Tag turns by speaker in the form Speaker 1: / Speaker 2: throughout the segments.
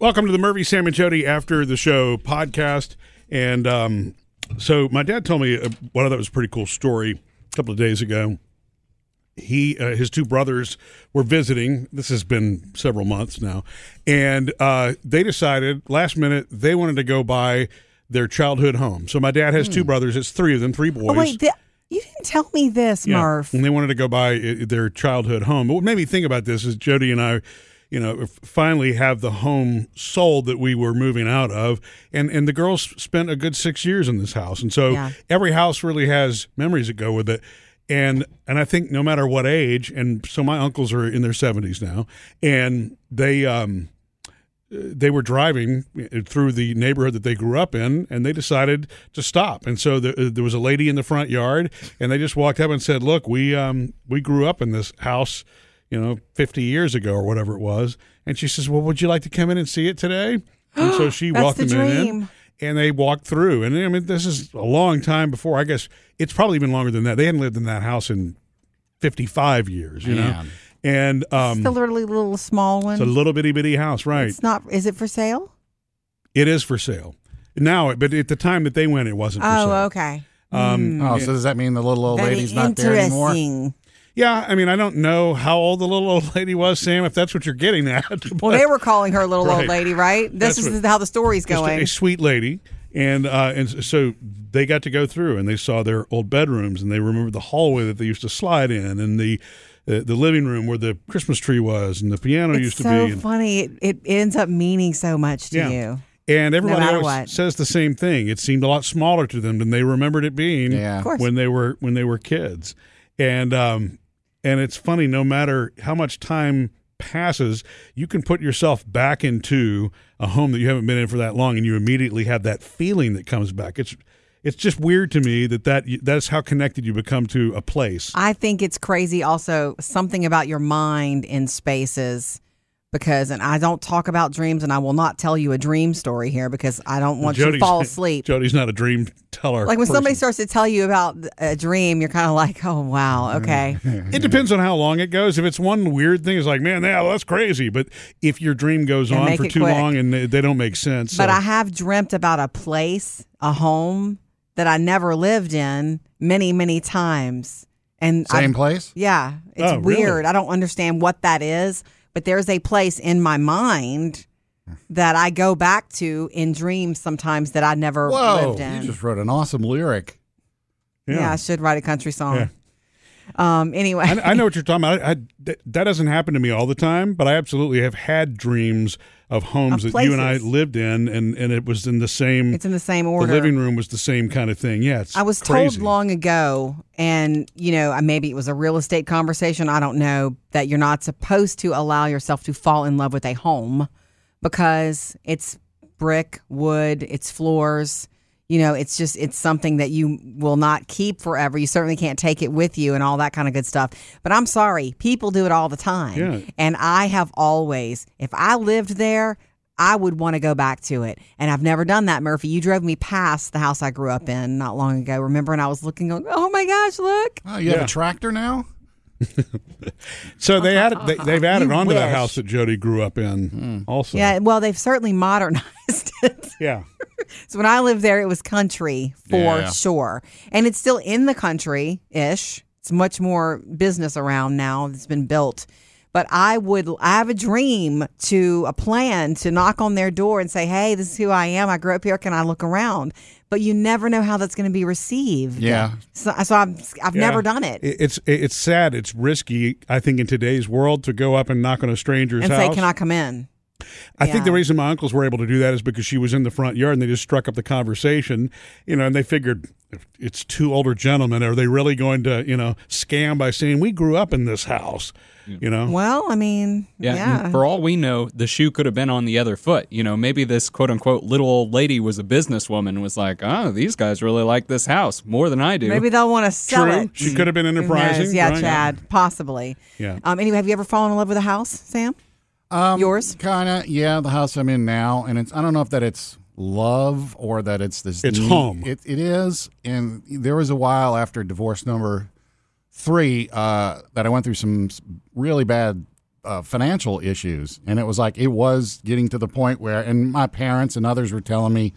Speaker 1: Welcome to the Murphy, Sam, and Jody After the Show podcast. And um, so my dad told me uh, what I thought was a pretty cool story a couple of days ago. He, uh, his two brothers were visiting. This has been several months now, and uh, they decided last minute they wanted to go buy their childhood home. So my dad has two brothers. It's three of them, three boys.
Speaker 2: Hmm. Oh, wait, th- you didn't tell me this,
Speaker 1: Yeah.
Speaker 2: Marv.
Speaker 1: And they wanted to go buy uh, their childhood home. But what made me think about this is Jody and I, you know, f- finally have the home sold that we were moving out of. And, and the girls spent a good six years in this house. And so
Speaker 2: Yeah.
Speaker 1: every house really has memories that go with it. And and I think no matter what age, and so my uncles are in their seventies now, and they um, they were driving eh, through the neighborhood that they grew up in, and they decided to stop. And so the, uh, there was a lady in the front yard, and they just walked up and said, "Look, we um, we grew up in this house, you know, 50 years ago or whatever it was." And she says, "Well, would you like to come in and see it today?" And so she
Speaker 2: That's
Speaker 1: walked
Speaker 2: the
Speaker 1: them in,
Speaker 2: dream.
Speaker 1: and they walked through. And I mean, this is a long time before. I guess it's probably been longer than that. They hadn't lived in that house in 55 years, you know.
Speaker 3: Man.
Speaker 1: And um,
Speaker 2: It's the literally little small one.
Speaker 1: it's a little bitty bitty house, right?
Speaker 2: It's not. Is it for sale?
Speaker 1: It is for sale now, but at the time that they went, it wasn't. For
Speaker 2: Oh,
Speaker 1: sale.
Speaker 2: okay.
Speaker 1: Um,
Speaker 3: Oh, so does that mean the little old
Speaker 2: Mm-hmm. Very
Speaker 3: lady's not there anymore?
Speaker 2: interesting.
Speaker 1: yeah, I mean, I don't know how old the little old lady was, Sam. If that's what you're getting at, but
Speaker 2: Well, they were calling her little
Speaker 1: Right.
Speaker 2: old lady, right? This
Speaker 1: That's
Speaker 2: is
Speaker 1: what-
Speaker 2: how the story's
Speaker 1: just
Speaker 2: going.
Speaker 1: a sweet lady, and uh, and so they got to go through and they saw their old bedrooms and they remembered the hallway that they used to slide in and the uh, the living room where the Christmas tree was and the piano
Speaker 2: it's
Speaker 1: used to
Speaker 2: so
Speaker 1: be. And,
Speaker 2: funny. It, it ends up meaning so much to you.
Speaker 1: And everybody
Speaker 2: matter
Speaker 1: always
Speaker 2: what.
Speaker 1: says the same thing. It seemed a lot smaller to them than they remembered it being
Speaker 3: Yeah. Of
Speaker 2: course.
Speaker 1: when they were when they were kids. And um and it's funny no matter how much time passes, you can put yourself back into a home that you haven't been in for that long and you immediately have that feeling that comes back. It's it's just weird to me that that that's how connected you become to a place.
Speaker 2: I think it's crazy. Also, something about your mind in spaces. Because, and I don't talk about dreams, and I will not tell you a dream story here because I don't want you to
Speaker 1: Jody's-
Speaker 2: fall asleep.
Speaker 1: Jody's not a dream teller.
Speaker 2: Like when
Speaker 1: person.
Speaker 2: somebody starts to tell you about a dream, you're kind of like, oh,
Speaker 1: Mm-hmm.
Speaker 2: wow, okay.
Speaker 1: It depends on how long it goes. If it's one weird thing, it's like, man, yeah, well, that's crazy. But if your dream goes
Speaker 2: Yeah,
Speaker 1: on
Speaker 2: make
Speaker 1: for
Speaker 2: it
Speaker 1: too
Speaker 2: quick.
Speaker 1: long and they, they don't make sense,
Speaker 2: But
Speaker 1: so-
Speaker 2: I have dreamt about a place, a home that I never lived in many, many times. And I-
Speaker 3: Same place?
Speaker 2: yeah, it's
Speaker 1: Oh, really?
Speaker 2: weird. I don't understand what that is, but there's a place in my mind that I go back to in dreams sometimes that I never
Speaker 3: Whoa.
Speaker 2: lived
Speaker 3: You
Speaker 2: in.
Speaker 3: just wrote an awesome lyric.
Speaker 2: yeah. I should write a country song.
Speaker 1: Yeah.
Speaker 2: Um, anyway,
Speaker 1: I, I know what you're talking about. I, I, that, that doesn't happen to me all the time, but I absolutely have had dreams of homes
Speaker 2: Of
Speaker 1: that you and I
Speaker 2: places.
Speaker 1: lived in, and, and it was in the same.
Speaker 2: it's in the same
Speaker 1: the
Speaker 2: order.
Speaker 1: living room was the same kind of thing. Yeah, it's
Speaker 2: I was
Speaker 1: crazy.
Speaker 2: told long ago, and you know, I- maybe it was a real estate conversation. I don't know that you're not supposed to allow yourself to fall in love with a home because it's brick, wood, it's floors. You know, it's just it's something that you will not keep forever. You certainly can't take it with you and all that kind of good stuff. But I'm sorry, people do it all the time.
Speaker 1: Yeah.
Speaker 2: And I have always, if I lived there, I would want to go back to it. And I've never done that, Murphy. You drove me past the house I grew up in not long ago. Remember, and I was looking, going, oh my gosh, look.
Speaker 3: Oh, you have
Speaker 1: Yeah.
Speaker 3: a tractor now?
Speaker 1: So they added, they, they've added
Speaker 2: You
Speaker 1: onto that
Speaker 2: wish.
Speaker 1: house that Jody grew up in. Also,
Speaker 2: Yeah, Uh, well, they've certainly modernized it.
Speaker 1: yeah.
Speaker 2: so when I lived there, it was country for
Speaker 3: Yeah.
Speaker 2: sure. And it's still in the country ish. It's much more business around now that's been built. But I would, I have a dream to a plan to knock on their door and say, hey, this is who I am. I grew up here. Can I look around? But you never know how that's going to be received.
Speaker 3: Yeah.
Speaker 2: So, so I'm, I've never done it.
Speaker 1: It- It's it's sad. It's risky. I think in today's world to go up and knock on a stranger's
Speaker 2: and
Speaker 1: house
Speaker 2: say, can I come in?
Speaker 1: I think the
Speaker 2: Yeah.
Speaker 1: reason my uncles were able to do that is because she was in the front yard and they just struck up the conversation, you know, and they figured if it's two older gentlemen. Are they really going to, you know, scam by saying we grew up in this house, you know?
Speaker 2: Well, I mean,
Speaker 4: Yeah,
Speaker 2: yeah.
Speaker 4: and For all we know, the shoe could have been on the other foot. You know, maybe this quote unquote little old lady was a businesswoman and was like, oh, these guys really like this house more than I do.
Speaker 2: Maybe they'll want to sell
Speaker 1: True.
Speaker 2: it.
Speaker 1: She could have been
Speaker 2: Who knows?
Speaker 1: enterprising.
Speaker 2: Yeah,
Speaker 1: right?
Speaker 2: Chad, possibly.
Speaker 1: Yeah.
Speaker 2: Um, anyway, have you ever fallen in love with a house, Sam?
Speaker 3: Um,
Speaker 2: Yours?
Speaker 3: Kind of, yeah. The house I'm in now, and it's I don't know if that it's love or that it's this.
Speaker 1: It's home.
Speaker 3: It, it is, and there was a while after divorce number three uh, that I went through some s- really bad uh, financial issues, and it was like it was getting to the point where, and my parents and others were telling me,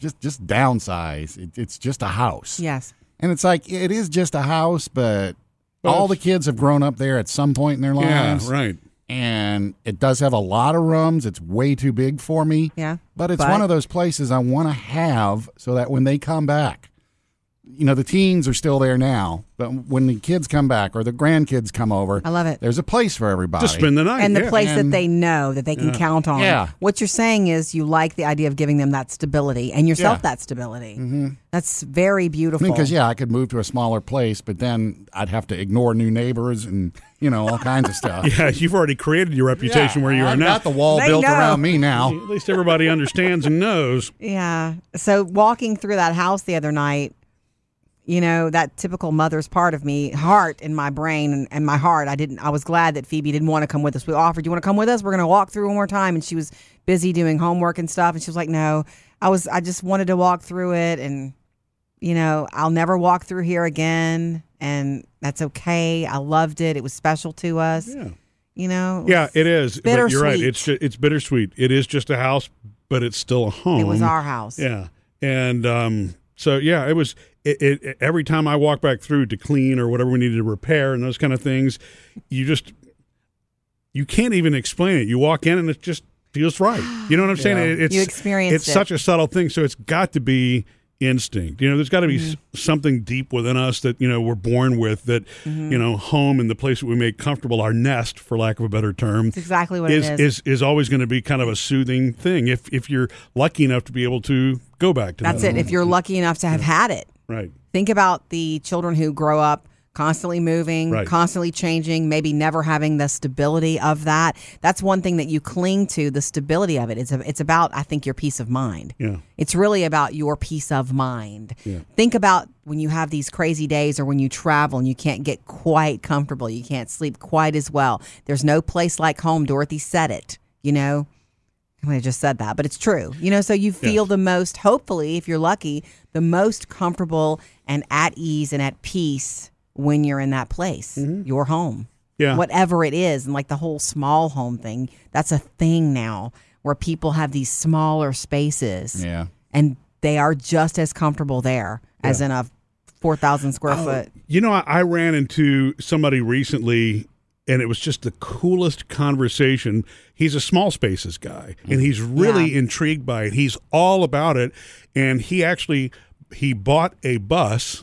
Speaker 3: just just downsize. It, it's just a house,
Speaker 2: Yes.
Speaker 3: and it's like it is just a house, but all the kids have grown up there at some point in their
Speaker 1: Yeah,
Speaker 3: lives,
Speaker 1: right.
Speaker 3: and it does have a lot of rooms. It's way too big for me.
Speaker 2: Yeah.
Speaker 3: But it's
Speaker 2: But-
Speaker 3: one of those places I want to have so that when they come back, you know, the teens are still there now, but when the kids come back or the grandkids come over,
Speaker 2: I love it.
Speaker 3: there's a place for everybody.
Speaker 1: To spend the night.
Speaker 2: and the
Speaker 1: yeah.
Speaker 2: place
Speaker 3: And-
Speaker 2: that they know that they can count on.
Speaker 3: Yeah.
Speaker 2: What you're saying is you like the idea of giving them that stability and yourself
Speaker 3: Yeah.
Speaker 2: that stability. Mm-hmm. That's very
Speaker 3: I
Speaker 2: beautiful.
Speaker 3: mean, because, yeah, I could move to a smaller place, but then I'd have to ignore new neighbors and, you know, all kinds of stuff.
Speaker 1: Yeah, you've already created your reputation where you
Speaker 3: I've
Speaker 1: are now.
Speaker 3: got the wall
Speaker 2: They
Speaker 3: built
Speaker 2: know.
Speaker 3: around me now.
Speaker 1: At least everybody understands and knows.
Speaker 2: Yeah. So walking through that house the other night, you know, that typical mother's part of me, heart in my brain and, and my heart, I didn't I was glad that Phoebe didn't want to come with us. We offered, You want to come with us? We're gonna walk through one more time and she was busy doing homework and stuff and she was like, No. I was I just wanted to walk through it and you know, I'll never walk through here again and that's okay. I loved it. It was special to us.
Speaker 1: Yeah.
Speaker 2: You know? it
Speaker 1: Yeah,
Speaker 2: was-
Speaker 1: it is. But you're right.
Speaker 2: bittersweet.
Speaker 1: It's ju- it's bittersweet. It is just a house, but it's still a home.
Speaker 2: It was our house.
Speaker 1: um, Yeah, and um, so yeah, it was. It, it, it- every time I walk back through to clean or whatever we needed to repair and those kind of things, you just you can't even explain it. You walk in and it just feels right. You know what I'm saying? It, it's
Speaker 2: You experienced
Speaker 1: It's
Speaker 2: it.
Speaker 1: such a subtle thing, so it's got to be instinct. You know, there's got to be
Speaker 2: Mm-hmm.
Speaker 1: s something deep within us that you know we're born with. That
Speaker 2: Mm-hmm.
Speaker 1: you know, home and the place that we make comfortable, our nest, for lack of a better term,
Speaker 2: It's exactly what
Speaker 1: is,
Speaker 2: it is.
Speaker 1: is is always going to be kind of a soothing thing if if you're lucky enough to be able to go back to
Speaker 2: That's
Speaker 1: that.
Speaker 2: it. If you're lucky enough to have had it.
Speaker 1: Right.
Speaker 2: Think about the children who grow up constantly moving,
Speaker 1: Right.
Speaker 2: constantly changing, maybe never having the stability of that. That's one thing that you cling to, the stability of it. It's a, it's about I think your peace of mind.
Speaker 1: Yeah.
Speaker 2: It's really about your peace of mind. Think about when you have these crazy days or when you travel and you can't get quite comfortable, you can't sleep quite as well. There's no place like home. Dorothy said it, you know. I mean, I just said that, but it's true. You know, so you feel the most, hopefully, if you're lucky, the most comfortable and at ease and at peace when you're in that place, your home.
Speaker 1: Yeah.
Speaker 2: Whatever it is. And like the whole small home thing, that's a thing now where people have these smaller spaces
Speaker 3: Yeah.
Speaker 2: and they are just as comfortable there as in a 4,000 square
Speaker 1: Oh.
Speaker 2: foot.
Speaker 1: You know, I, I ran into somebody recently, and it was just the coolest conversation. He's a small spaces guy, and he's
Speaker 2: Mm-hmm.
Speaker 1: really intrigued by it. He's all about it, and he actually he bought a bus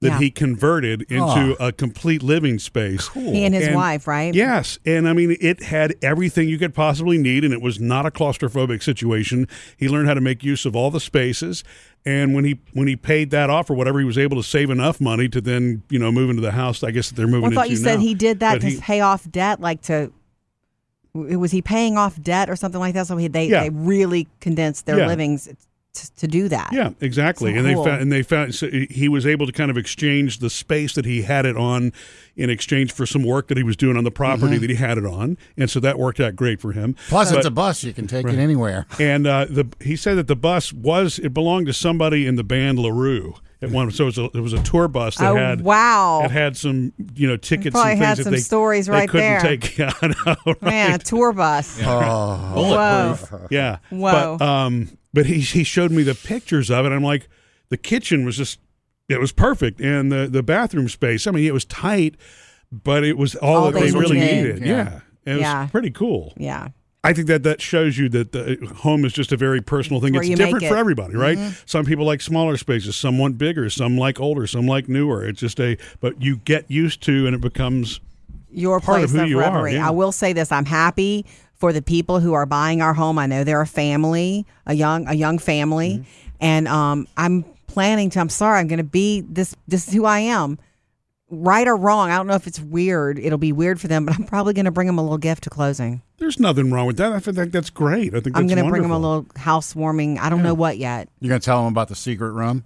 Speaker 1: that
Speaker 2: Yeah.
Speaker 1: he converted into a complete living space. Cool.
Speaker 2: He and his wife, right?
Speaker 1: Yes, and I mean it had everything you could possibly need, and it was not a claustrophobic situation. He learned how to make use of all the spaces, and when he when he paid that off or whatever, he was able to save enough money to then you know move into the house. I guess that they're moving.
Speaker 2: Well, I thought you
Speaker 1: into
Speaker 2: said
Speaker 1: now.
Speaker 2: he did that
Speaker 1: But
Speaker 2: to
Speaker 1: he-
Speaker 2: pay off debt, like to. w- Was he paying off debt or something like that? So he, they
Speaker 1: Yeah.
Speaker 2: they really condensed their
Speaker 1: Yeah.
Speaker 2: livings to, to do that.
Speaker 1: Yeah, exactly.
Speaker 2: So
Speaker 1: and they
Speaker 2: cool.
Speaker 1: found and they found so he was able to kind of exchange the space that he had it on in exchange for some work that he was doing on the property
Speaker 2: Mm-hmm.
Speaker 1: that he had it on, and so that worked out great for him.
Speaker 3: Plus,
Speaker 1: But-
Speaker 3: it's a bus. You can take it anywhere.
Speaker 1: and uh, the he said that the bus was it belonged to somebody in the band Larue at one. So it was a, it was a tour bus that
Speaker 2: Oh,
Speaker 1: had
Speaker 2: wow.
Speaker 1: it had some you know tickets.
Speaker 2: Probably
Speaker 1: and
Speaker 2: had
Speaker 1: things that
Speaker 2: some
Speaker 1: they,
Speaker 2: stories
Speaker 1: they
Speaker 2: right
Speaker 1: couldn't
Speaker 2: there.
Speaker 1: Take, yeah, I know, right?
Speaker 2: Man, a tour bus. Whoa.
Speaker 4: Bulletproof.
Speaker 1: Yeah.
Speaker 2: Whoa.
Speaker 1: But, um, but he he showed me the pictures of it. I'm like, the kitchen was just it was perfect, and the the bathroom space. I mean, it was tight, but it was all,
Speaker 2: All
Speaker 1: that they
Speaker 2: they
Speaker 1: really
Speaker 2: needed.
Speaker 1: needed.
Speaker 3: Yeah.
Speaker 1: Yeah. It was
Speaker 2: Yeah.
Speaker 1: pretty cool.
Speaker 2: Yeah.
Speaker 1: I think that that shows you that the home is just a very personal thing.
Speaker 2: Where
Speaker 1: It's
Speaker 2: you make
Speaker 1: different
Speaker 2: it. Mm-hmm.
Speaker 1: for everybody, right? Some people like smaller spaces, some want bigger, some like older, some like newer. It's just a but you get used to, and it becomes
Speaker 2: your
Speaker 1: part
Speaker 2: place
Speaker 1: of who you are,
Speaker 2: reverie.
Speaker 1: yeah.
Speaker 2: I will say this: I'm happy for the people who are buying our home. I know they're a family, a young, a young family,
Speaker 1: Mm-hmm.
Speaker 2: and um, I'm planning to. I'm sorry, I'm going to be this. This is who I am. Right or wrong, I don't know if it's weird. It'll be weird for them, but I'm probably going to bring them a little gift to closing.
Speaker 1: there's nothing wrong with that. I think that's great. I think that's
Speaker 2: I'm going to bring them a
Speaker 1: wonderful.
Speaker 2: little housewarming. I don't know what yet.
Speaker 3: You're going to tell them about the secret room?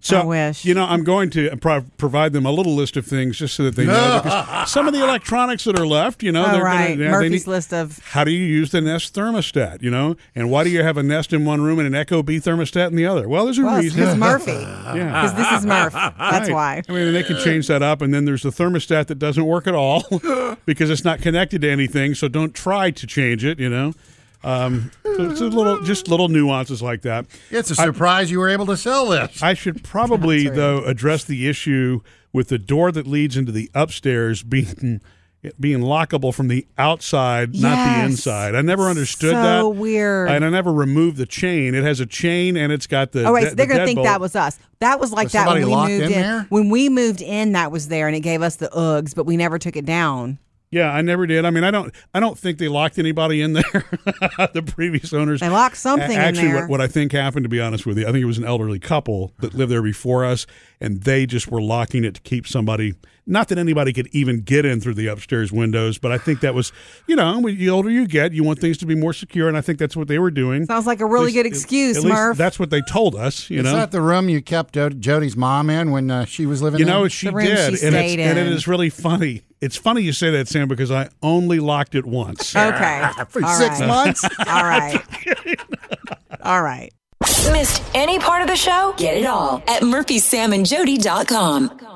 Speaker 1: So
Speaker 2: I wish.
Speaker 1: you know I'm going to pro- provide them a little list of things just so that they know because some of the electronics that are left, you know,
Speaker 2: All
Speaker 1: they're
Speaker 2: right,
Speaker 1: gonna, yeah, they
Speaker 2: Murphy's
Speaker 1: need-
Speaker 2: list of
Speaker 1: How do you use the Nest thermostat? You know, and why do you have a Nest in one room and an Echo B thermostat in the other? Well, there's a
Speaker 2: well, it's
Speaker 1: reason.
Speaker 2: 'cause Murphy.
Speaker 1: Yeah.
Speaker 2: Because this is Murph. That's why.
Speaker 1: Right. I mean, they can change that up, and then there's the thermostat that doesn't work at all because it's not connected to anything. So don't try to change it. You know, um, so it's a little, just little nuances like that.
Speaker 3: It's a surprise you were able to sell this.
Speaker 1: I should probably though address the issue with the door that leads into the upstairs being being lockable from the outside, not the
Speaker 2: Yes.
Speaker 1: inside. I never understood
Speaker 2: So
Speaker 1: that.
Speaker 2: weird.
Speaker 1: And I never removed the chain. It has a chain, and it's got the.
Speaker 2: Oh, wait,
Speaker 1: de-
Speaker 2: so they're
Speaker 1: the
Speaker 2: going to think
Speaker 1: deadbolt.
Speaker 2: that was us. That was like
Speaker 3: Was
Speaker 2: that when
Speaker 3: somebody
Speaker 2: we
Speaker 3: locked
Speaker 2: moved
Speaker 3: in
Speaker 2: in.
Speaker 3: there?
Speaker 2: When we moved in, that was there, and it gave us the Uggs, but we never took it down.
Speaker 1: Yeah, I never did. I mean, I don't. I don't think they locked anybody in there. the previous owners.
Speaker 2: They locked something
Speaker 1: A-
Speaker 2: in
Speaker 1: Actually,
Speaker 2: there.
Speaker 1: What, what I think happened, to be honest with you, I think it was an elderly couple that lived there before us, and they just were locking it to keep somebody. Not that anybody could even get in through the upstairs windows, but I think that was, you know, when- the older you get, you want things to be more secure, and I think that's what they were doing.
Speaker 2: Sounds like a really
Speaker 1: At
Speaker 2: good
Speaker 1: least-
Speaker 2: excuse,
Speaker 1: at least
Speaker 2: Murph.
Speaker 1: That's what they told us. You
Speaker 3: Is
Speaker 1: know,
Speaker 3: that the room you kept Jo- Jody's mom in when uh, she was living
Speaker 1: You
Speaker 3: there?
Speaker 1: know, she
Speaker 2: The room she
Speaker 1: did, and, it's,
Speaker 2: stayed
Speaker 1: and it
Speaker 2: in.
Speaker 1: is really funny. It's funny you say that, Sam, because I only locked it once.
Speaker 2: Okay.
Speaker 3: For
Speaker 2: All
Speaker 3: six
Speaker 2: right.
Speaker 3: months?
Speaker 2: All right. All right.
Speaker 5: Missed any part of the show? Get it all at murphysamandjody.com.